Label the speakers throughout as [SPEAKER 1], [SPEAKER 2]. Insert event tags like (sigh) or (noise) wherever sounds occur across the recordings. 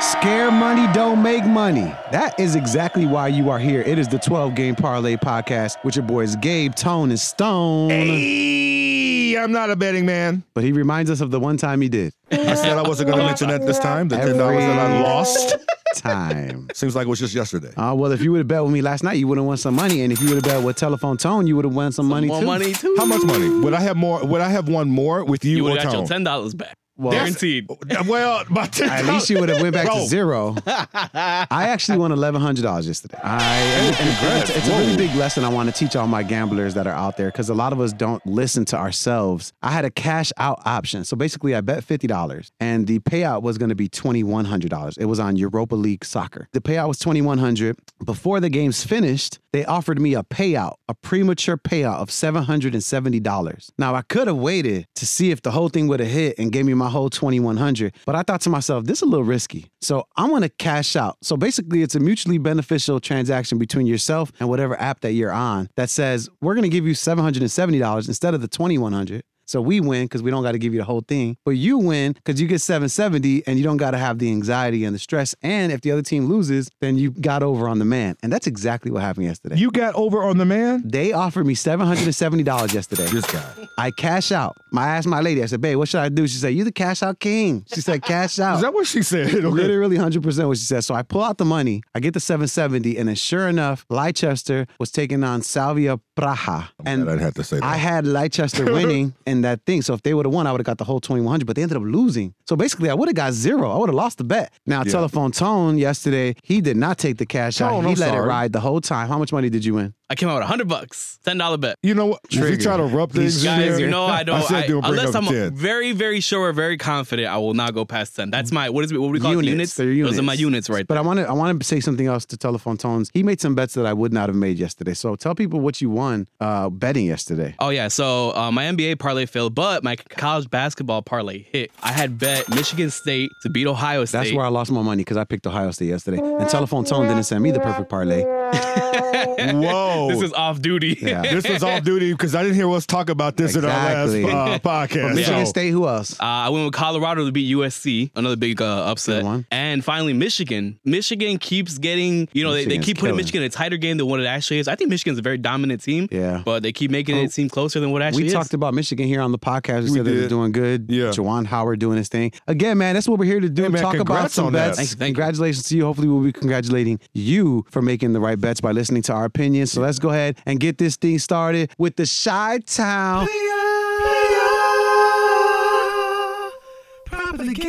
[SPEAKER 1] Scare money don't make money. That is exactly why you are here. It is the 12 Game Parlay Podcast with your boys Gabe, Tone, and Stone.
[SPEAKER 2] Hey, I'm not a betting man.
[SPEAKER 1] But he reminds us of the one time he did.
[SPEAKER 2] I said I wasn't going to mention that this time. The ten dollars that I
[SPEAKER 1] Every
[SPEAKER 2] lost
[SPEAKER 3] (laughs)
[SPEAKER 1] Time.
[SPEAKER 2] seems like it was just yesterday.
[SPEAKER 1] Uh, well, if you would have bet with me last night, you would have won some money. And if you would have bet with Telephone Tone, you would have won some, money
[SPEAKER 3] more
[SPEAKER 1] too.
[SPEAKER 3] money too.
[SPEAKER 2] How much money would I have more? Would I have won more with you,
[SPEAKER 3] You
[SPEAKER 2] or
[SPEAKER 3] would have got
[SPEAKER 2] Tone?
[SPEAKER 3] your ten dollars back,
[SPEAKER 1] Well,
[SPEAKER 3] guaranteed.
[SPEAKER 2] Well, my ten.
[SPEAKER 1] At least you would have went back
[SPEAKER 2] Bro.
[SPEAKER 1] to
[SPEAKER 2] (laughs)
[SPEAKER 1] zero. I actually won eleven hundred dollars yesterday. I and, and it's, it's a really big lesson I want to teach all my gamblers that are out there because a lot of us don't listen to ourselves. I had a cash out option, so basically I bet fifty dollars, and the payout was going to be twenty one hundred dollars. It was on Europa League soccer. The payout was twenty one hundred. Before the game's finished, they offered me a payout, a premature payout of seven hundred and seventy dollars. Now I could have waited to see if the whole thing would have hit and gave me my whole twenty one hundred, but I thought to myself, this is a little risky, so I'm gonna cash out. So basically, it's a mutually beneficial transaction between yourself and whatever app that you're on that says we're gonna give you seven hundred and seventy dollars instead of the twenty one hundred. So we win because we don't got to give you the whole thing, but you win because you get 770 and you don't got to have the anxiety and the stress. And if the other team loses, then you got over on the man. And that's exactly what happened yesterday.
[SPEAKER 2] You got over on the man.
[SPEAKER 1] They offered me seven hundred and seventy dollars yesterday.
[SPEAKER 2] This guy.
[SPEAKER 1] I cash out. I asked my lady. I said, "Babe, what should I do?" She said, "You the cash out king." She said, "Cash out."
[SPEAKER 2] (laughs) Is that what she said? (laughs) Okay.
[SPEAKER 1] Literally 100% what she said. So I pull out the money, I get the 770, and then sure enough, Leicester was taking on Salvia Praha.
[SPEAKER 2] And
[SPEAKER 1] And
[SPEAKER 2] I'd have to say that.
[SPEAKER 1] I had
[SPEAKER 2] (laughs)
[SPEAKER 1] Leicester winning in that thing. So if they would have won, I would have got the whole 2100, but they ended up losing. So basically, I would have got zero. I would have lost the bet. Now, Telephone Tone yesterday, he did not take the cash out.
[SPEAKER 2] Tone,
[SPEAKER 1] He
[SPEAKER 2] I'm
[SPEAKER 1] let it
[SPEAKER 2] sorry.
[SPEAKER 1] ride the whole time. How much money did you win?
[SPEAKER 3] I came out with a hundred bucks, ten dollar bet.
[SPEAKER 2] you know what? If you
[SPEAKER 1] Trigger.
[SPEAKER 2] try to rub things
[SPEAKER 1] He's
[SPEAKER 2] in
[SPEAKER 3] Guys,
[SPEAKER 2] there,
[SPEAKER 3] you know I don't.
[SPEAKER 2] said
[SPEAKER 3] I-
[SPEAKER 2] don't bring
[SPEAKER 3] unless
[SPEAKER 2] up
[SPEAKER 3] I'm
[SPEAKER 2] 10.
[SPEAKER 3] very, very sure, or very confident, I will not go past ten. That's my what is it? What we call it?
[SPEAKER 1] Units,
[SPEAKER 3] units?
[SPEAKER 1] they're
[SPEAKER 3] Those
[SPEAKER 1] units.
[SPEAKER 3] are my units, right?
[SPEAKER 1] But I want to I want to say something else to Telephone Tones. He made some bets that I would not have made yesterday. So tell people what you won uh, betting yesterday.
[SPEAKER 3] Oh yeah, so uh, my NBA parlay failed, but my college basketball parlay hit. I had bet Michigan State to beat Ohio State.
[SPEAKER 1] That's where I lost my money because I picked Ohio State yesterday. And Telephone Tone didn't send me the perfect
[SPEAKER 3] (laughs)
[SPEAKER 1] parlay.
[SPEAKER 2] Whoa.
[SPEAKER 3] (laughs) this is off duty.
[SPEAKER 1] Yeah.
[SPEAKER 2] this was off duty because I didn't hear us talk about this
[SPEAKER 1] Exactly.
[SPEAKER 2] in our last uh, podcast.
[SPEAKER 1] Michigan
[SPEAKER 2] So-
[SPEAKER 1] State, who else?
[SPEAKER 3] Uh, I went with Colorado to beat USC, another big uh, upset.
[SPEAKER 1] Good one.
[SPEAKER 3] And finally, Michigan. Michigan keeps getting, you know, they, they
[SPEAKER 1] Michigan's
[SPEAKER 3] keep putting
[SPEAKER 1] killing.
[SPEAKER 3] Michigan in a tighter game than what it actually is. I think Michigan's a very dominant team,
[SPEAKER 1] Yeah. Oh.
[SPEAKER 3] but they keep making it seem closer than what it actually
[SPEAKER 1] We
[SPEAKER 3] is.
[SPEAKER 1] talked about Michigan here on the podcast. We,
[SPEAKER 2] We
[SPEAKER 1] said they were
[SPEAKER 2] did.
[SPEAKER 1] doing good.
[SPEAKER 2] Yeah.
[SPEAKER 1] Jawan Howard doing his thing. Again, man, that's what we're here to do.
[SPEAKER 2] man,
[SPEAKER 1] Talk about
[SPEAKER 2] congrats
[SPEAKER 1] some
[SPEAKER 2] on that.
[SPEAKER 1] bets.
[SPEAKER 2] Thank you,
[SPEAKER 3] thank you.
[SPEAKER 1] Congratulations to you. Hopefully, we'll be congratulating you for making the right bets by listening to our opinions. So let's go ahead and get this thing started with the Chi Town.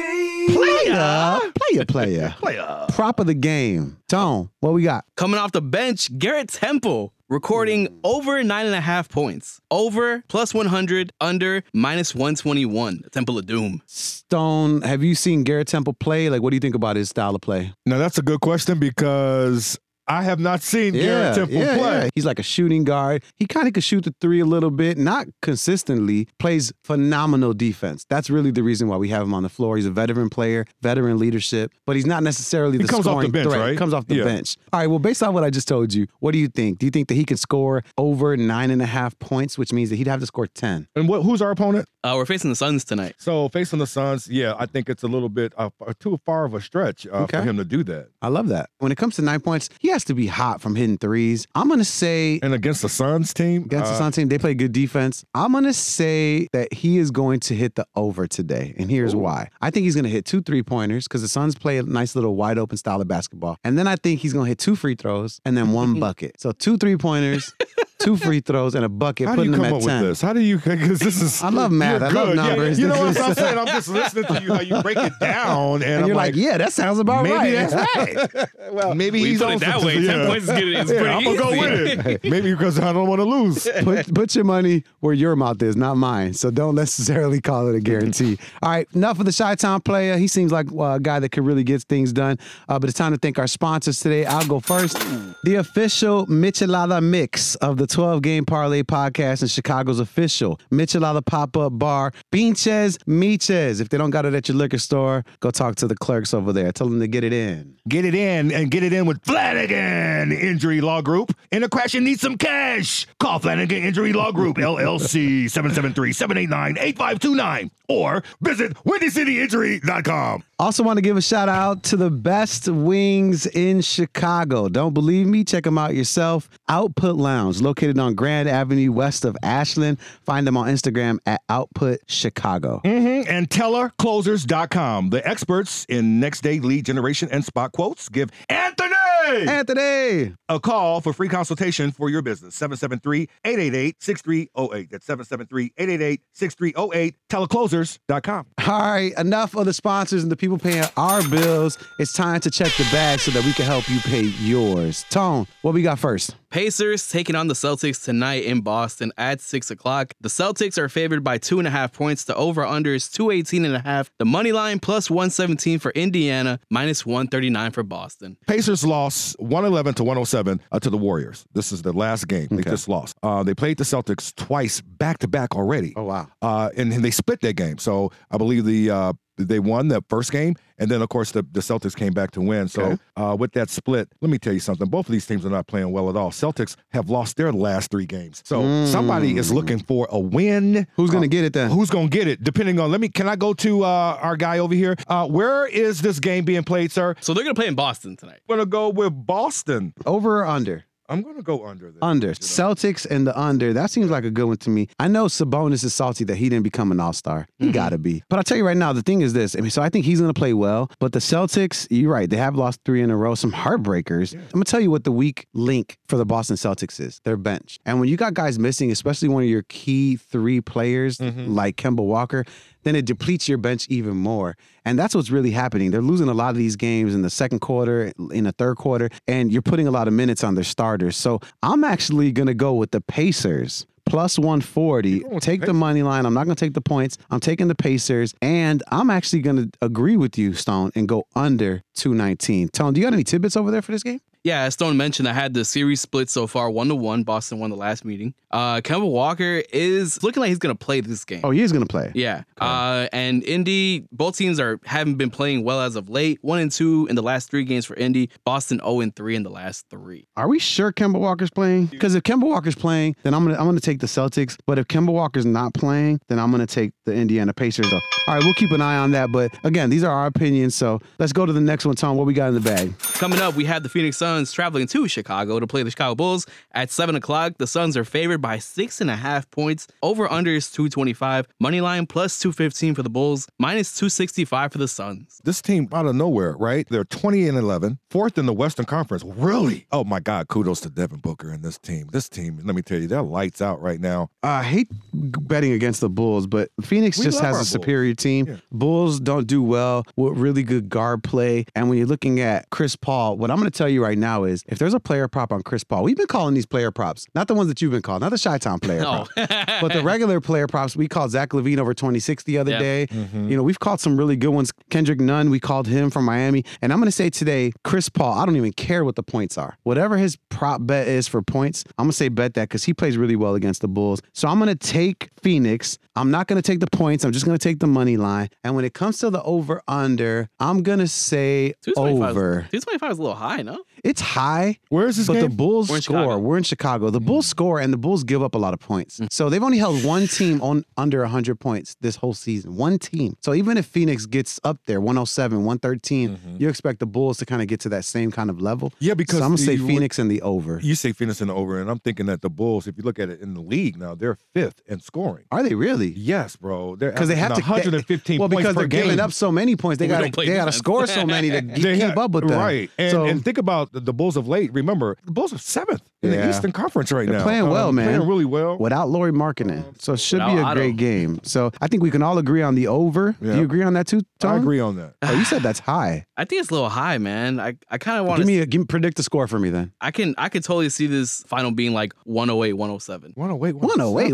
[SPEAKER 1] Player, player, player, (laughs) player. Prop of the game. Tone, what we got?
[SPEAKER 3] Coming off the bench, Garrett Temple recording over nine and a half points, over plus 100, under minus 121. Temple of Doom.
[SPEAKER 1] Stone, have you seen Garrett Temple play? Like, what do you think about his style of play?
[SPEAKER 2] Now that's a good question because I have not seen Garrett Temple play.
[SPEAKER 1] He's like a shooting guard. He kind of could shoot the three a little bit, not consistently. Plays phenomenal defense. That's really the reason why we have him on the floor. He's a veteran player, veteran leadership, but he's not necessarily the
[SPEAKER 2] comes off the
[SPEAKER 1] scoring
[SPEAKER 2] bench,
[SPEAKER 1] threat.
[SPEAKER 2] right?
[SPEAKER 1] Comes off the
[SPEAKER 2] Yeah.
[SPEAKER 1] bench. All right. Well, based on what I just told you, what do you think? Do you think that he could score over nine and a half points, which means that he'd have to score ten?
[SPEAKER 2] And what? Who's our opponent?
[SPEAKER 3] Uh, we're facing the Suns tonight.
[SPEAKER 2] So facing the Suns, yeah, I think it's a little bit uh, f- too far of a stretch uh,
[SPEAKER 1] Okay.
[SPEAKER 2] for him to do that.
[SPEAKER 1] I love that. When it comes to nine points, he has to be hot from hitting threes. I'm gonna say
[SPEAKER 2] And against the Suns team,
[SPEAKER 1] Against the
[SPEAKER 2] uh,
[SPEAKER 1] Suns team, they play good defense. I'm gonna say that he is going to hit the over today, and here's why. I think he's gonna hit two three pointers because the Suns play a nice little wide open style of basketball, and then I think he's gonna hit two free throws and then
[SPEAKER 2] (laughs)
[SPEAKER 1] one bucket. So two three pointers, two free throws, and a bucket.
[SPEAKER 2] how do
[SPEAKER 1] putting
[SPEAKER 2] you
[SPEAKER 1] them
[SPEAKER 2] come
[SPEAKER 1] at
[SPEAKER 2] up
[SPEAKER 1] 10.
[SPEAKER 2] with this? How do you? Because this is
[SPEAKER 1] I love math. I
[SPEAKER 2] you're
[SPEAKER 1] love
[SPEAKER 2] good. Yeah,
[SPEAKER 1] numbers.
[SPEAKER 2] you know
[SPEAKER 1] This
[SPEAKER 2] what I'm
[SPEAKER 1] is-
[SPEAKER 2] saying? I'm just listening to you how you break it down, and,
[SPEAKER 1] And,
[SPEAKER 2] I'm
[SPEAKER 1] you're like,
[SPEAKER 2] like,
[SPEAKER 1] yeah, that sounds about
[SPEAKER 2] maybe
[SPEAKER 1] right. (laughs)
[SPEAKER 2] that's right. well, maybe
[SPEAKER 3] Well, you
[SPEAKER 2] he's
[SPEAKER 3] put it
[SPEAKER 2] on
[SPEAKER 3] that
[SPEAKER 2] some-
[SPEAKER 3] way, 10 points is good- is pretty
[SPEAKER 2] I'm gonna go
[SPEAKER 3] easy.
[SPEAKER 2] with
[SPEAKER 3] (laughs)
[SPEAKER 2] it. maybe because I don't want to lose.
[SPEAKER 1] (laughs) put put your money where your mouth is, not mine. So don't necessarily (laughs) call it a guarantee. All right, enough of the Chi Town player. He seems like uh, a guy that could really get things done. Uh, but it's time to thank our sponsors today. I'll go first. The official Michelada mix of the 12 Game Parlay podcast and Chicago's official Michelada pop up bar, Pinches Miches. If they don't got it at your liquor store, go talk to the clerks over there. Tell them to get it in.
[SPEAKER 2] Get it in and get it in with Flanagan Injury Law Group. In a crash and need some cash. Call Flanagan Injury Law Group, LLC, 773 789 8529 or visit WindyCityInjury.com.
[SPEAKER 1] Also, want to give a shout out to the best wings in Chicago. Don't believe me? Check them out yourself. Output Lounge, located on Grand Avenue west of Ashland. Find them on Instagram at Output Chicago.
[SPEAKER 2] Mm-hmm. And tellerclosers.com. The experts in next day lead generation and spot quotes give Anthony
[SPEAKER 1] Anthony!
[SPEAKER 2] a call for free consultation for your business. 773 888 6308. That's 773 888 6308. Teleclosers.com.
[SPEAKER 1] All right, enough of the sponsors and the people paying our bills. It's time to check the bag so that we can help you pay yours. Tone, what we got first?
[SPEAKER 3] Pacers taking on the Celtics tonight in Boston at 6 o'clock. The Celtics are favored by 2.5 points. The over under is 218.5. The money line plus 117 for Indiana, minus 139 for Boston.
[SPEAKER 2] Pacers lost 111 to 107 uh, to the Warriors. This is the last game they
[SPEAKER 1] Okay.
[SPEAKER 2] just lost. Uh, they played the Celtics twice back to back already.
[SPEAKER 1] Oh, wow.
[SPEAKER 2] Uh, and, and they split that game. So I believe the uh, they won the first game, and then of course the, the Celtics came back to win. So
[SPEAKER 1] Okay.
[SPEAKER 2] uh, with that split, let me tell you something. Both of these teams are not playing well at all. Celtics have lost their last three games. So somebody is looking for a win.
[SPEAKER 1] Mm.
[SPEAKER 2] Uh,
[SPEAKER 1] Who's going to get it then?
[SPEAKER 2] Who's gonna get it? Depending on let me can I go to uh, our guy over here? Uh, where is this game being played, sir?
[SPEAKER 3] So they're going to play in Boston tonight.
[SPEAKER 2] I'm gonna go with Boston.
[SPEAKER 1] Over or under?
[SPEAKER 2] I'm gonna go under this.
[SPEAKER 1] Under. Celtics and the under. That seems like a good one to me. I know Sabonis is salty that he didn't become an all star. He got to be. But I'll tell you right now, the thing is this. I mean, so I think he's going to play well. But the Celtics, you're right. They have lost three in a row, some heartbreakers. I'm going to tell you what the weak link for the Boston Celtics is their bench. And when you got guys missing, especially one of your key three players like Kemba Walker, then it depletes your bench even more. And that's what's really happening. They're losing a lot of these games in the second quarter, in the third quarter, and you're putting a lot of minutes on their starters. So I'm actually going to go with the Pacers. Plus 140.
[SPEAKER 2] going with the
[SPEAKER 1] Take the money line. I'm not going to take the points. I'm taking the Pacers. And I'm actually going to agree with you, Stone, and go under 219. Tone, do you got any tidbits over there for this game?
[SPEAKER 3] Yeah, as Stone mentioned, I had the series split so far one to one. Boston won the last meeting. Uh, Kemba Walker is looking like he's going to play this game.
[SPEAKER 1] Oh, he is going to play.
[SPEAKER 3] Yeah. Uh, and Indy, both teams are haven't been playing well as of late. One and two in the last three games for Indy. Boston 0 and three in the last three.
[SPEAKER 1] Are we sure Kemba Walker's playing? Because if Kemba Walker's playing, then I'm gonna I'm gonna take the Celtics. But if Kemba Walker's not playing, then I'm gonna take the Indiana Pacers. Though. All right, we'll keep an eye on that. But again, these are our opinions. So let's go to the next one, Tom. What we got in the bag?
[SPEAKER 3] Coming up, we have the Phoenix Suns traveling to Chicago to play the Chicago Bulls at seven o'clock. The Suns are favored by six and a half points. Over under is 225. Money line plus 215 for the Bulls, minus 265 for the Suns.
[SPEAKER 2] This team out of nowhere, right? They're 20 and 11, fourth in the Western Conference. Really? Oh my God! Kudos to Devin Booker and this team. This team, let me tell you, they're lights out right now.
[SPEAKER 1] I hate betting against the Bulls, but Phoenix
[SPEAKER 2] We
[SPEAKER 1] just
[SPEAKER 2] love
[SPEAKER 1] has a
[SPEAKER 2] our Bulls.
[SPEAKER 1] superior team.
[SPEAKER 2] Yeah.
[SPEAKER 1] Bulls don't do well with really good guard play. And when you're looking at Chris Paul, what I'm going to tell you right now is if there's a player prop on Chris Paul, we've been calling these player props, not the ones that you've been calling, not the Chi Town player
[SPEAKER 3] Oh, (laughs)
[SPEAKER 1] prop. but the regular player props, we called Zach Levine over 26 the other day. You know, we've called some really good ones. Kendrick Nunn, we called him from Miami. And I'm going to say today, Chris Paul, I don't even care what the points are. Whatever his prop bet is for points, I'm going to say bet that because he plays really well against the Bulls. So I'm going to take Phoenix. I'm not going to take the points. I'm just going to take the money line. And when it comes to the over under, I'm going to say
[SPEAKER 3] 225
[SPEAKER 1] over.
[SPEAKER 3] 225 is a little high, no?
[SPEAKER 1] It's high,
[SPEAKER 2] Where is this
[SPEAKER 1] but the
[SPEAKER 2] game?
[SPEAKER 1] Bulls
[SPEAKER 3] We're in
[SPEAKER 1] score.
[SPEAKER 3] Chicago.
[SPEAKER 1] We're in Chicago. The
[SPEAKER 2] Mm.
[SPEAKER 1] Bulls score and the Bulls give up a lot of points.
[SPEAKER 3] Mm.
[SPEAKER 1] So they've only held one team on under 100 points this whole season. One team. So even if Phoenix gets up there, 107, 113,
[SPEAKER 3] Mm-hmm.
[SPEAKER 1] you expect the Bulls to kind of get to that same kind of level.
[SPEAKER 2] yeah, because
[SPEAKER 1] so I'm gonna say
[SPEAKER 2] you-
[SPEAKER 1] Phoenix and the over.
[SPEAKER 2] You say Phoenix in the over, and I'm thinking that the Bulls, if you look at it in the league now, they're fifth in scoring.
[SPEAKER 1] Are they really?
[SPEAKER 2] Yes, bro. They're
[SPEAKER 1] Because they have to
[SPEAKER 2] averaging 115
[SPEAKER 1] Well,
[SPEAKER 2] points
[SPEAKER 1] because
[SPEAKER 2] per
[SPEAKER 1] they're giving
[SPEAKER 2] (laughs) game.
[SPEAKER 1] up so many points, they
[SPEAKER 3] We
[SPEAKER 1] got
[SPEAKER 3] don't
[SPEAKER 1] to
[SPEAKER 3] play
[SPEAKER 1] they got to
[SPEAKER 3] defense.
[SPEAKER 1] score so many
[SPEAKER 3] (laughs)
[SPEAKER 1] to
[SPEAKER 2] They
[SPEAKER 1] keep
[SPEAKER 2] have-
[SPEAKER 1] up with them.
[SPEAKER 2] Right. And,
[SPEAKER 1] so
[SPEAKER 2] and think about the, the Bulls of late. Remember, the Bulls are seventh in
[SPEAKER 1] Yeah.
[SPEAKER 2] the Eastern Conference right
[SPEAKER 1] They're
[SPEAKER 2] now. Uh,
[SPEAKER 1] playing well, man.
[SPEAKER 2] Playing really well.
[SPEAKER 1] without Lori Markkinen, so it should be
[SPEAKER 3] Without
[SPEAKER 1] a great
[SPEAKER 3] Otto.
[SPEAKER 1] game. So I think we can all agree on the over. Do
[SPEAKER 2] Yeah.
[SPEAKER 1] you agree on that too? Tom?
[SPEAKER 2] I agree on that.
[SPEAKER 1] Oh, you said that's (sighs) high.
[SPEAKER 3] I think it's a little high, man. I, I kind of want
[SPEAKER 1] Give
[SPEAKER 3] to.
[SPEAKER 1] me a give, predict the score for me then.
[SPEAKER 3] I can I could totally see this final being like 108, 107.
[SPEAKER 2] 108,
[SPEAKER 1] 108,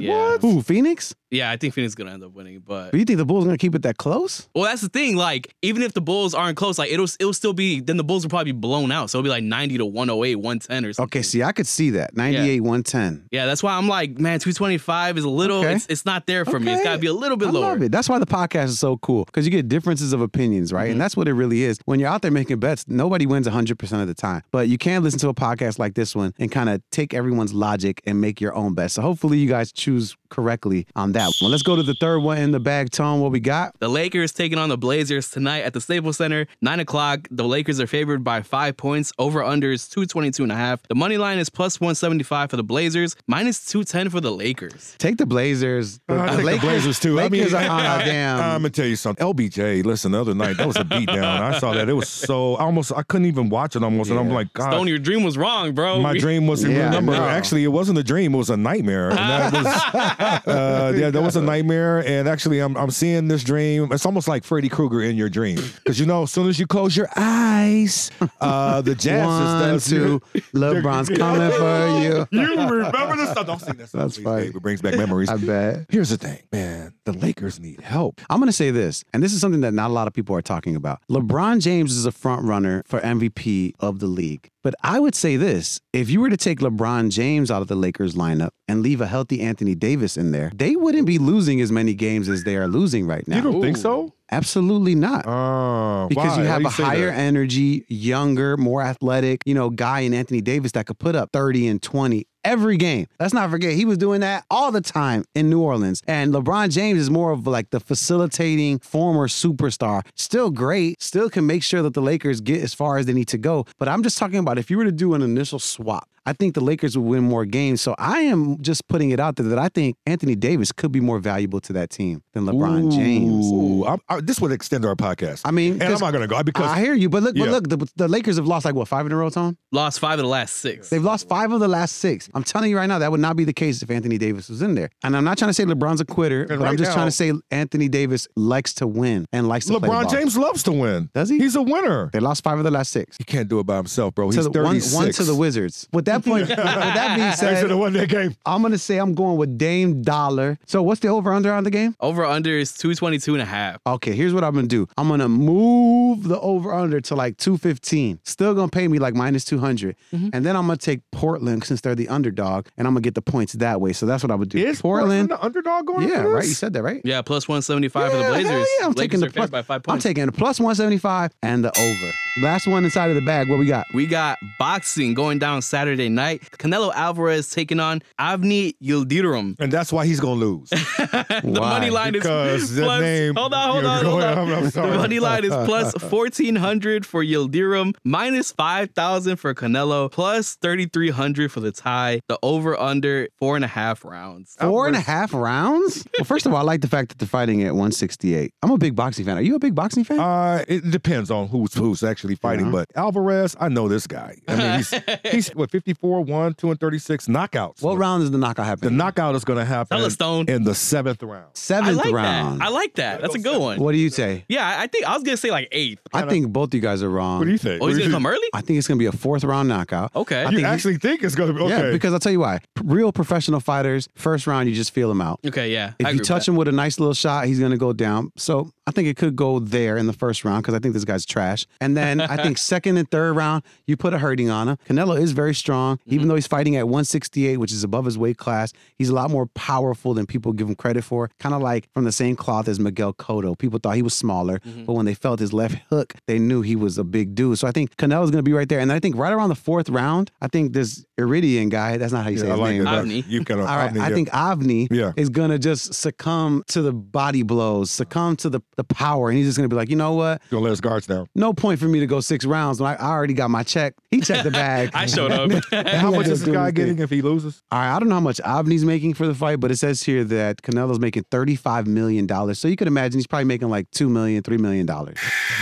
[SPEAKER 1] 107.
[SPEAKER 3] Yeah.
[SPEAKER 1] What? Who, oh Phoenix?
[SPEAKER 3] Yeah, I think Phoenix is gonna end up winning, but
[SPEAKER 1] But you think the Bulls going to keep it that close?
[SPEAKER 3] well, that's the thing. Like, even if the Bulls aren't close, like it'll it'll still be then the Bulls will probably be blown out. So it'll be like ninety to 108, 110 or something.
[SPEAKER 1] Okay, see, I could see that. 98, 110.
[SPEAKER 3] Yeah, that's why I'm like, man, 225 is a little.
[SPEAKER 1] Okay.
[SPEAKER 3] It's, it's not there for me. It's
[SPEAKER 1] Okay.
[SPEAKER 3] gotta be a
[SPEAKER 1] I
[SPEAKER 3] little bit lower.
[SPEAKER 1] love it. That's why the podcast is so cool because you get differences of opinions, right? And that's what it really is. When you're out there making bets, nobody wins 100% of the time. But you can listen to a podcast like this one and kind of take everyone's logic and make your own bet. So hopefully you guys choose correctly on that one. Let's go to the third one in the bag, Tone. What we got?
[SPEAKER 3] The Lakers taking on the Blazers tonight at the Staples Center, 9 o'clock. The Lakers are favored by five points. Over under is 222 and a half. The money line is plus 175 for the Blazers, minus 210 for the Lakers.
[SPEAKER 1] Take the Blazers.
[SPEAKER 2] Uh, I take the Blazers too.
[SPEAKER 1] Uh, Lakers are
[SPEAKER 2] I (laughs) mean,
[SPEAKER 1] on a
[SPEAKER 2] I'm
[SPEAKER 1] damn.
[SPEAKER 2] gonna tell you something. LBJ, listen, the other night that was a beatdown. I saw that. It was so I almost I couldn't even watch it almost, and I'm like,
[SPEAKER 1] Uh,
[SPEAKER 2] God,
[SPEAKER 3] Stone, your dream was wrong, bro.
[SPEAKER 2] my
[SPEAKER 3] We-
[SPEAKER 2] dream wasn't
[SPEAKER 1] Yeah,
[SPEAKER 2] a number.
[SPEAKER 1] no.
[SPEAKER 2] Actually, it wasn't a dream. It was a nightmare. And
[SPEAKER 1] (laughs)
[SPEAKER 2] that was, uh, yeah, that was a nightmare. And actually, I'm, I'm seeing this dream. It's almost like Freddy Krueger in your dream. Because, you know, as soon as you close your eyes, uh, the jazz
[SPEAKER 1] One,
[SPEAKER 2] is (laughs)
[SPEAKER 1] two. LeBron's coming for you.
[SPEAKER 2] You remember this stuff. Don't sing that song.
[SPEAKER 1] That's
[SPEAKER 2] please,
[SPEAKER 1] funny.
[SPEAKER 2] Dave. It brings back memories.
[SPEAKER 1] I bet.
[SPEAKER 2] Here's the thing, man. The Lakers need help.
[SPEAKER 1] I'm going to say this, and this is something that not a lot of people are talking about. LeBron James is a front runner for MVP of the league. But I would say this if you were to take LeBron James out of the Lakers lineup and leave a healthy Anthony Davis in there, they wouldn't be losing as many games as they are losing right now.
[SPEAKER 3] think so?
[SPEAKER 1] Absolutely not.
[SPEAKER 2] Uh,
[SPEAKER 1] Because you
[SPEAKER 2] why? Why
[SPEAKER 1] have
[SPEAKER 2] do
[SPEAKER 1] a
[SPEAKER 2] say
[SPEAKER 1] higher
[SPEAKER 2] that?
[SPEAKER 1] energy, younger, more athletic, you know, guy in Anthony Davis that could put up 30 and 20 every game. Let's not forget, he was doing that all the time in New Orleans. And LeBron James is more of like the facilitating former superstar. Still great, still can make sure that the Lakers get as far as they need to go. But I'm just talking about if you were to do an initial swap. I think the Lakers would win more games. So I am just putting it out there that I think Anthony Davis could be more valuable to that team than LeBron James.
[SPEAKER 2] Ooh, I'm- I- this would extend our podcast.
[SPEAKER 1] I mean,
[SPEAKER 2] and I'm
[SPEAKER 1] 'cause-
[SPEAKER 2] not going to go because (laughs)
[SPEAKER 1] I hear you, but look,
[SPEAKER 2] Yeah.
[SPEAKER 1] but look, the, the Lakers have lost like what five in a row, Tom.
[SPEAKER 3] Lost five of the last six.
[SPEAKER 1] They've lost five of the last six. I'm telling you right now, that would not be the case if Anthony Davis was in there. And I'm not trying to say LeBron's a quitter, but I'm
[SPEAKER 2] right
[SPEAKER 1] just
[SPEAKER 2] now-
[SPEAKER 1] trying to say Anthony Davis likes to win and likes to play the
[SPEAKER 2] LeBron
[SPEAKER 1] ball.
[SPEAKER 2] James loves to win.
[SPEAKER 1] Does he?
[SPEAKER 2] He's a winner.
[SPEAKER 1] They lost five of the last six.
[SPEAKER 2] He can't do it by himself, bro. He's
[SPEAKER 1] To the- one,
[SPEAKER 2] 36.
[SPEAKER 1] one to the Wizards. With
[SPEAKER 2] (laughs)
[SPEAKER 1] that point, with that being
[SPEAKER 2] They should
[SPEAKER 1] said,
[SPEAKER 2] have won that game.
[SPEAKER 1] I'm gonna say I'm going with Dame Dollar. So what's the over under on the game?
[SPEAKER 3] Over under is 222 and a half.
[SPEAKER 1] Okay, here's what I'm gonna do. I'm gonna move the over under to like 215. Still gonna pay me like minus 200,
[SPEAKER 2] Mm-hmm.
[SPEAKER 1] and then I'm gonna take Portland since they're the underdog, and I'm gonna get the points that way. So that's what I would do.
[SPEAKER 2] the underdog going?
[SPEAKER 1] yeah,
[SPEAKER 2] into this?
[SPEAKER 1] right. You said that right.
[SPEAKER 3] Yeah, plus 175 for the
[SPEAKER 1] Yeah, hell
[SPEAKER 3] Blazers.
[SPEAKER 1] yeah, I'm
[SPEAKER 3] Lakers
[SPEAKER 1] taking the
[SPEAKER 3] are favored
[SPEAKER 1] plus-
[SPEAKER 3] by five
[SPEAKER 1] I'm
[SPEAKER 3] points.
[SPEAKER 1] taking the plus 175 and the over. Last one inside of the bag. What we got?
[SPEAKER 3] We got boxing going down Saturday night. Canelo Alvarez taking on Avni Yildirim.
[SPEAKER 2] And that's why he's gonna lose
[SPEAKER 3] (laughs) the
[SPEAKER 1] Why?
[SPEAKER 3] money line
[SPEAKER 2] because
[SPEAKER 3] is
[SPEAKER 2] the
[SPEAKER 3] plus.
[SPEAKER 2] name.
[SPEAKER 3] hold on, hold
[SPEAKER 2] You're
[SPEAKER 3] on, hold
[SPEAKER 2] going-
[SPEAKER 3] on.
[SPEAKER 2] I'm, I'm
[SPEAKER 3] (laughs) The
[SPEAKER 2] sorry.
[SPEAKER 3] money line is
[SPEAKER 1] (laughs)
[SPEAKER 3] plus 1400 for Yildirim, minus 5000 for Canelo, plus 3300 for the tie. The over under four and a half rounds.
[SPEAKER 1] Four and a half rounds? Well, first of all, I like the fact that they're fighting at 168. I'm a big boxing fan. Are you a big boxing fan?
[SPEAKER 2] Uh, it depends on who's who's actually fighting,
[SPEAKER 1] Yeah.
[SPEAKER 2] but Alvarez, I know this guy. I mean,
[SPEAKER 3] (laughs)
[SPEAKER 2] he's he's what 54, 1, 2, and 36 knockouts.
[SPEAKER 1] what round is the knockout
[SPEAKER 2] The
[SPEAKER 1] happening?
[SPEAKER 2] knockout is gonna happen
[SPEAKER 3] Tell us, Stone.
[SPEAKER 2] in the seventh round.
[SPEAKER 3] I
[SPEAKER 1] Seventh
[SPEAKER 3] like
[SPEAKER 1] round.
[SPEAKER 3] that. I like that. That's a good one.
[SPEAKER 1] what do you say?
[SPEAKER 3] Yeah, I- I think I was gonna say like eighth.
[SPEAKER 1] I think both you guys are wrong.
[SPEAKER 2] What do you think?
[SPEAKER 3] Oh, he's
[SPEAKER 2] What do
[SPEAKER 3] gonna
[SPEAKER 2] you
[SPEAKER 3] come early?
[SPEAKER 1] I think it's going to be a fourth round knockout.
[SPEAKER 3] Okay.
[SPEAKER 1] I
[SPEAKER 2] think?
[SPEAKER 1] think
[SPEAKER 2] You
[SPEAKER 1] he-
[SPEAKER 2] actually think it's gonna be okay?
[SPEAKER 1] Yeah, because I'll tell you why. P- Real professional fighters, first round, you just feel them out.
[SPEAKER 3] Okay, yeah.
[SPEAKER 1] If
[SPEAKER 3] I agree
[SPEAKER 1] you
[SPEAKER 3] with
[SPEAKER 1] touch
[SPEAKER 3] that.
[SPEAKER 1] him with a nice little shot, he's going to go down. So I think it could go there in the first round because I think this guy's trash. And then I
[SPEAKER 3] (laughs)
[SPEAKER 1] think second and third round, you put a hurting on him. Canelo is very strong, even
[SPEAKER 3] Mm-hmm.
[SPEAKER 1] though he's fighting at 168, which is above his weight class. He's a lot more powerful than people give him credit for. Kind of like from the same cloth as Miguel Cotto. People thought he was smaller,
[SPEAKER 3] Mm-hmm.
[SPEAKER 1] but when they felt his left hook, they knew he was a big dude. So I think Canelo's going to be right there. And I think right around the fourth round, I think this Iridian guy, that's not how you say
[SPEAKER 2] I
[SPEAKER 1] his
[SPEAKER 2] like
[SPEAKER 1] name.
[SPEAKER 2] it.
[SPEAKER 1] but-
[SPEAKER 3] Avni.
[SPEAKER 2] You kind of.
[SPEAKER 1] all right, I think Avni
[SPEAKER 2] Yeah.
[SPEAKER 1] is gonna just succumb to the body blows, succumb to the, the power, and he's just gonna be like, you know what?
[SPEAKER 2] gonna let his guards down.
[SPEAKER 1] No point for me to go six rounds when I, I already got my check. He checked the bag.
[SPEAKER 3] (laughs) I showed up.
[SPEAKER 1] Yeah,
[SPEAKER 2] How much
[SPEAKER 1] just
[SPEAKER 2] is this
[SPEAKER 1] doing
[SPEAKER 2] guy
[SPEAKER 1] his thing.
[SPEAKER 2] getting if he loses?
[SPEAKER 1] (laughs) All right, I don't know how much Avni's making for the fight, but it says here that Canelo's making $35 million. So you could imagine he's probably making like $2 million, $3 million. All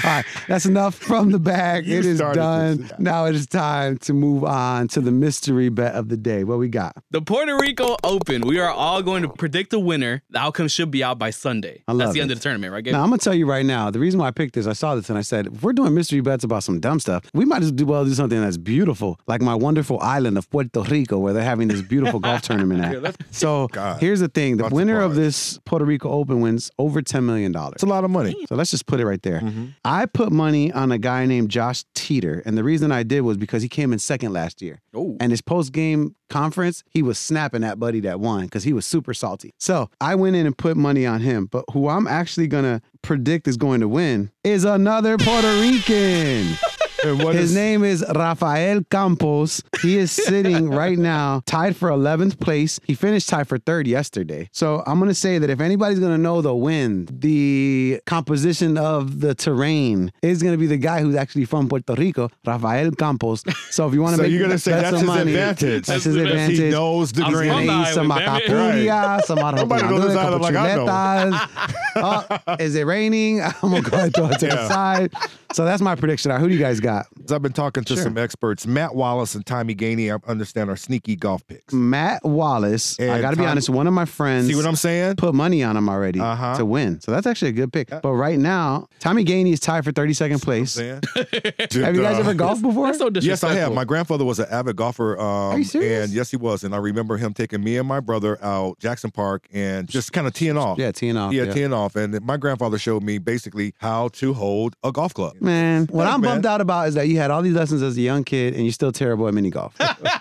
[SPEAKER 1] right, that's enough from the bag.
[SPEAKER 2] You
[SPEAKER 1] it is
[SPEAKER 2] started
[SPEAKER 1] done.
[SPEAKER 2] this.
[SPEAKER 1] Now it is time to move on to the mystery bet of the day. What we got?
[SPEAKER 3] The Puerto Rico Open. We are all going to predict the winner. The outcome should be out by Sunday.
[SPEAKER 1] I
[SPEAKER 3] That's
[SPEAKER 1] love
[SPEAKER 3] the end
[SPEAKER 1] it.
[SPEAKER 3] of the tournament, right, Gabe?
[SPEAKER 1] Now, I'm going to tell you right now, the reason why I picked this, I saw this and I said, if we're doing mystery bets about some dumb stuff, we might as well do something that's beautiful, like my wonderful island of Puerto Rico, where they're having this beautiful
[SPEAKER 2] (laughs)
[SPEAKER 1] golf tournament at. so
[SPEAKER 2] God.
[SPEAKER 1] here's the thing the
[SPEAKER 2] Lots of
[SPEAKER 1] winner of
[SPEAKER 2] bars.
[SPEAKER 1] this Puerto Rico Open wins over $10 million.
[SPEAKER 2] It's a lot of money.
[SPEAKER 1] So let's just put it right there. I put money on a guy named Josh Teeter. And the reason I did was because he came in second last year.
[SPEAKER 3] Oh.
[SPEAKER 1] And his post game conference, he was snapping at Buddy that won because he was super salty. So I went in and put money on him. But who I'm actually going to predict is going to win is another Puerto Rican. (laughs)
[SPEAKER 2] And what
[SPEAKER 1] His
[SPEAKER 2] is-
[SPEAKER 1] name is Rafael Campos. He is
[SPEAKER 2] (laughs)
[SPEAKER 1] sitting right now tied for 11th place. He finished tied for third yesterday. So I'm going to say that if anybody's going to know the win, the composition of the terrain is going to be the guy who's actually from Puerto Rico, Rafael Campos. So if you want to
[SPEAKER 2] So
[SPEAKER 1] make
[SPEAKER 2] you're gonna say
[SPEAKER 1] bet
[SPEAKER 2] that's
[SPEAKER 1] some
[SPEAKER 2] his
[SPEAKER 1] money,
[SPEAKER 2] advantage.
[SPEAKER 1] That's his
[SPEAKER 2] Because
[SPEAKER 1] advantage.
[SPEAKER 2] He knows the
[SPEAKER 3] I'm
[SPEAKER 1] He's
[SPEAKER 3] from
[SPEAKER 1] gonna
[SPEAKER 3] the
[SPEAKER 2] green.
[SPEAKER 1] eat some
[SPEAKER 3] island, damn
[SPEAKER 2] it.
[SPEAKER 1] macapulia, some
[SPEAKER 2] Nobody knows
[SPEAKER 1] arroz
[SPEAKER 2] island like I know.
[SPEAKER 1] chuletas. (laughs) oh, is it raining? (laughs) I'm gonna go ahead and throw it to
[SPEAKER 2] (laughs) Yeah.
[SPEAKER 1] the side. So that's my prediction. All right, Who do you guys got?
[SPEAKER 2] I've been talking to
[SPEAKER 1] Sure.
[SPEAKER 2] some experts. Matt Wallace and Tommy Gainey, I understand, are sneaky golf picks.
[SPEAKER 1] Matt Wallace. I
[SPEAKER 2] And
[SPEAKER 1] gotta be
[SPEAKER 2] Tom-
[SPEAKER 1] honest. One of my friends.
[SPEAKER 2] See what I'm saying?
[SPEAKER 1] Put money on him already
[SPEAKER 2] Uh-huh.
[SPEAKER 1] to win. So that's actually a good pick. But right now, Tommy Gainey is tied for 32nd place.
[SPEAKER 2] (laughs) saying?
[SPEAKER 1] Have you guys ever golfed before?
[SPEAKER 3] That's so
[SPEAKER 2] Yes,
[SPEAKER 3] disrespectful.
[SPEAKER 2] I have. My grandfather was an avid golfer. Um,
[SPEAKER 1] you serious?
[SPEAKER 2] And yes, he was. And I remember him taking me and my brother out Jackson Park and just kind of teeing
[SPEAKER 1] (laughs)
[SPEAKER 2] off.
[SPEAKER 1] yeah, teeing off.
[SPEAKER 2] yeah,
[SPEAKER 1] yeah.
[SPEAKER 2] teeing off. And my grandfather showed me basically how to hold a golf (laughs) club.
[SPEAKER 1] Man, what
[SPEAKER 2] Thanks,
[SPEAKER 1] I'm
[SPEAKER 2] man.
[SPEAKER 1] bummed out about is that you had all these lessons as a young kid and you're still terrible at mini
[SPEAKER 2] (laughs)
[SPEAKER 1] golf.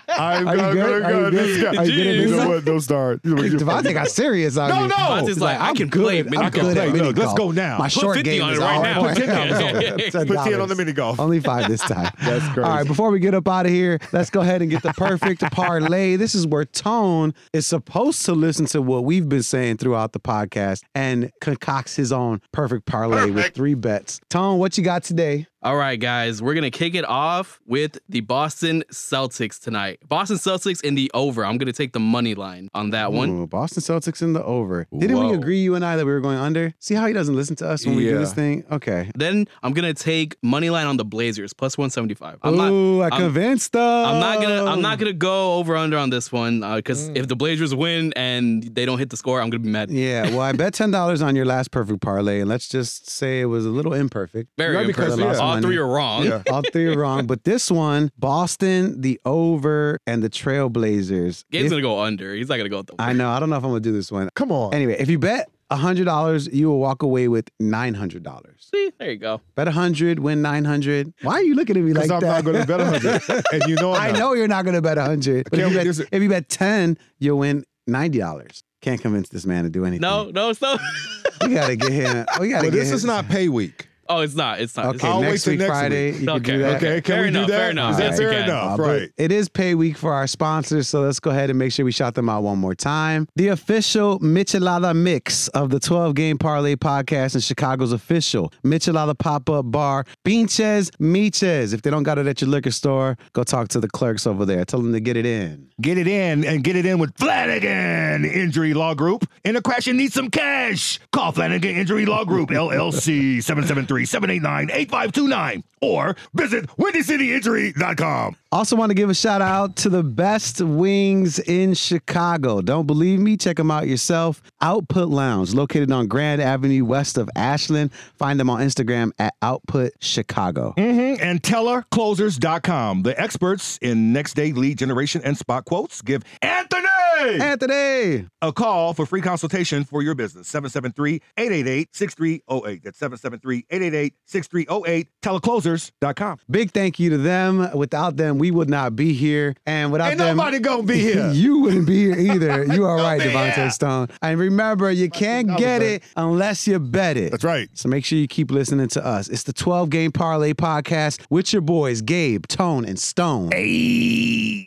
[SPEAKER 2] I'm
[SPEAKER 1] Are you
[SPEAKER 2] gonna-
[SPEAKER 1] good? Are
[SPEAKER 2] gonna-
[SPEAKER 1] you
[SPEAKER 2] gonna-
[SPEAKER 1] good?
[SPEAKER 2] this guy-
[SPEAKER 1] Are you good at
[SPEAKER 2] You
[SPEAKER 1] this?
[SPEAKER 2] know what?
[SPEAKER 1] (laughs)
[SPEAKER 2] Don't start. You know what? You're
[SPEAKER 1] Devontae
[SPEAKER 2] funny. (laughs)
[SPEAKER 1] got serious on
[SPEAKER 2] No,
[SPEAKER 1] me.
[SPEAKER 2] no!
[SPEAKER 3] Devontae's
[SPEAKER 1] He's
[SPEAKER 3] like, I
[SPEAKER 1] I'm
[SPEAKER 3] can
[SPEAKER 1] good-
[SPEAKER 3] play
[SPEAKER 1] I'm
[SPEAKER 3] mini
[SPEAKER 1] good
[SPEAKER 3] golf.
[SPEAKER 1] at
[SPEAKER 2] Play,
[SPEAKER 1] mini
[SPEAKER 2] look, let's
[SPEAKER 1] golf.
[SPEAKER 2] go now.
[SPEAKER 1] My
[SPEAKER 2] Put
[SPEAKER 1] short
[SPEAKER 3] 50
[SPEAKER 1] game
[SPEAKER 3] on it
[SPEAKER 1] is
[SPEAKER 3] right
[SPEAKER 1] all
[SPEAKER 3] now.
[SPEAKER 2] (laughs)
[SPEAKER 3] Put 10
[SPEAKER 1] (laughs)
[SPEAKER 3] on it. (laughs)
[SPEAKER 1] $10.
[SPEAKER 2] Put 10 on the mini golf.
[SPEAKER 1] (laughs) Only five this time.
[SPEAKER 2] (laughs) That's
[SPEAKER 1] All
[SPEAKER 2] crazy.
[SPEAKER 1] right, before we get up out of here, let's go ahead and get the
[SPEAKER 2] (laughs)
[SPEAKER 1] perfect parlay. This is where Tone is supposed to listen to what we've been saying throughout the podcast and concocts his own perfect parlay with three bets. Tone, what you got today?
[SPEAKER 3] All right, guys, we're gonna kick it off with the Boston Celtics tonight. Boston Celtics in the over. I'm gonna take the money line on that one.
[SPEAKER 1] Ooh, Boston Celtics in the over. Didn't we
[SPEAKER 2] Whoa.
[SPEAKER 1] agree, you and I, that we were going under? See how he doesn't listen to us when we do
[SPEAKER 2] Yeah.
[SPEAKER 1] this thing? Okay.
[SPEAKER 3] Then I'm gonna take money line on the Blazers plus 175. I'm not.
[SPEAKER 1] Ooh, I
[SPEAKER 3] I'm-
[SPEAKER 1] convinced them.
[SPEAKER 3] I'm not gonna. I'm not gonna go over under on this one because if the Blazers win and they don't hit the score, I'm gonna be mad.
[SPEAKER 1] Yeah, well, I bet ten dollars on your last perfect parlay, and let's just say it was a little imperfect.
[SPEAKER 3] Very
[SPEAKER 2] Yeah, because,
[SPEAKER 3] impressive.
[SPEAKER 2] yeah.
[SPEAKER 3] All
[SPEAKER 1] Money.
[SPEAKER 3] three are wrong.
[SPEAKER 2] Yeah.
[SPEAKER 1] All three are wrong, but this one, Boston, the over, and the Trailblazers.
[SPEAKER 3] Gabe's
[SPEAKER 1] If-
[SPEAKER 3] gonna go under. He's not gonna go. With the
[SPEAKER 1] I know. I don't know if I'm gonna do this one.
[SPEAKER 2] Come on.
[SPEAKER 1] Anyway, if you bet hundred dollars, you will walk away with nine hundred dollars.
[SPEAKER 3] See, there you go.
[SPEAKER 1] Bet hundred, win nine hundred. Why are you looking at me like
[SPEAKER 2] Because I'm
[SPEAKER 1] that?
[SPEAKER 2] not going to bet
[SPEAKER 1] (laughs)
[SPEAKER 2] 100. and you know
[SPEAKER 1] I
[SPEAKER 2] I'm not.
[SPEAKER 1] know you're not gonna bet hundred, but if
[SPEAKER 2] Can't
[SPEAKER 1] you
[SPEAKER 2] we-
[SPEAKER 1] bet,
[SPEAKER 2] there's a-
[SPEAKER 1] if you bet ten, you'll win ninety dollars. Can't convince this man to do anything.
[SPEAKER 3] No, no, it's not.
[SPEAKER 1] (laughs)
[SPEAKER 3] (laughs)
[SPEAKER 1] we gotta get him. We gotta
[SPEAKER 2] But
[SPEAKER 1] get
[SPEAKER 2] this
[SPEAKER 1] him.
[SPEAKER 2] is not pay week.
[SPEAKER 3] oh, it's not. It's not. It's
[SPEAKER 1] Okay,
[SPEAKER 3] not.
[SPEAKER 2] I'll wait
[SPEAKER 1] next
[SPEAKER 2] till
[SPEAKER 1] week
[SPEAKER 2] next
[SPEAKER 1] Friday.
[SPEAKER 2] week.
[SPEAKER 1] You can do that.
[SPEAKER 2] Okay, can
[SPEAKER 3] Fair
[SPEAKER 2] we
[SPEAKER 3] enough,
[SPEAKER 2] do that?
[SPEAKER 3] fair enough.
[SPEAKER 2] Is that
[SPEAKER 1] Yes,
[SPEAKER 2] fair
[SPEAKER 3] you can.
[SPEAKER 1] Uh,
[SPEAKER 2] enough?
[SPEAKER 1] but
[SPEAKER 2] Right.
[SPEAKER 1] It is pay week for our sponsors, so let's go ahead and make sure we shout them out one more time. The official Michelada mix of the 12 game parlay podcast and Chicago's official Michelada pop up bar, Beaches Miches. If they don't got it at your liquor store, go talk to the clerks over there. Tell them to get it in.
[SPEAKER 2] Get it in and get it in with Flanagan Injury Law Group. In a crash and need some cash. Call Flanagan Injury Law Group, LLC, 773-789-8529. Or visit WindyCityInjury.com.
[SPEAKER 1] Also, want to give a shout out to the best wings in Chicago. Don't believe me? Check them out yourself. Output Lounge, located on Grand Avenue west of Ashland. Find them on Instagram at Output Chicago.
[SPEAKER 2] Mm-hmm. And TellerClosers.com. The experts in next day lead generation and spot quotes give Anthony
[SPEAKER 1] Anthony.
[SPEAKER 2] a call for free consultation for your business. 773-888-6308. That's 773-888-6308. TellerClosers.com.
[SPEAKER 1] Big thank you to them. Without them, we would not be here. And without
[SPEAKER 2] Ain't
[SPEAKER 1] them,
[SPEAKER 2] nobody gonna be here.
[SPEAKER 1] you wouldn't be here either.
[SPEAKER 2] (laughs)
[SPEAKER 1] You are right,
[SPEAKER 2] be
[SPEAKER 1] Devontae
[SPEAKER 2] here.
[SPEAKER 1] Stone. And remember, you can't get
[SPEAKER 2] bet.
[SPEAKER 1] it unless you bet it.
[SPEAKER 2] (laughs) That's right.
[SPEAKER 1] So make sure you keep listening to us. It's the 12 Game Parlay Podcast with your boys, Gabe, Tone, and Stone.